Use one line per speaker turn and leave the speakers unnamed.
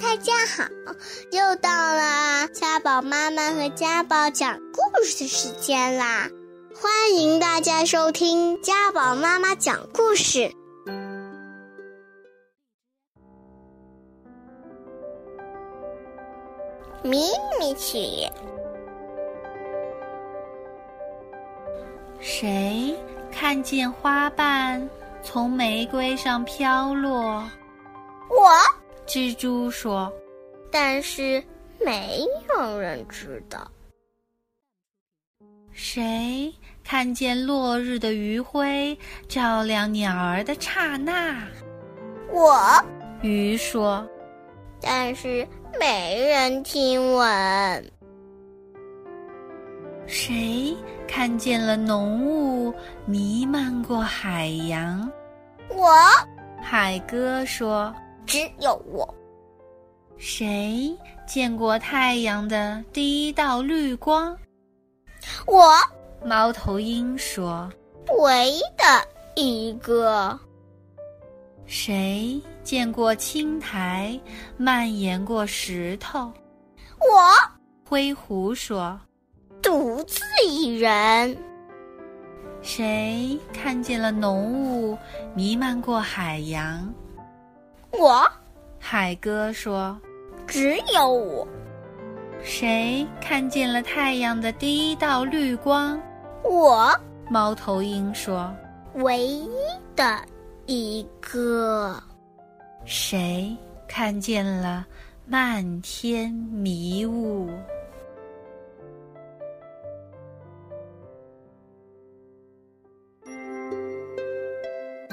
大家好，又到了家宝妈妈和家宝讲故事的时间啦！欢迎大家收听家宝妈妈讲故事。秘密曲，
谁看见花瓣从玫瑰上飘落？
我，
蜘蛛说
但是没有人知道。：“
谁看见落日的余晖照亮鸟儿的刹那
我，？”
鱼说
但是没人听闻。：“
谁看见了浓雾弥漫过海洋
我，？”
海哥说
只有我。：“
谁见过太阳的第一道绿光
我。？”
猫头鹰说。
唯的一个。
谁见过青苔蔓延过石头？
我
灰狐说。
独自一人，
谁看见了浓雾弥漫过海洋？
我
海哥说。
只有我，
谁看见了太阳的第一道绿光？
我
猫头鹰说。
唯一的一个。
谁看见了漫天迷雾？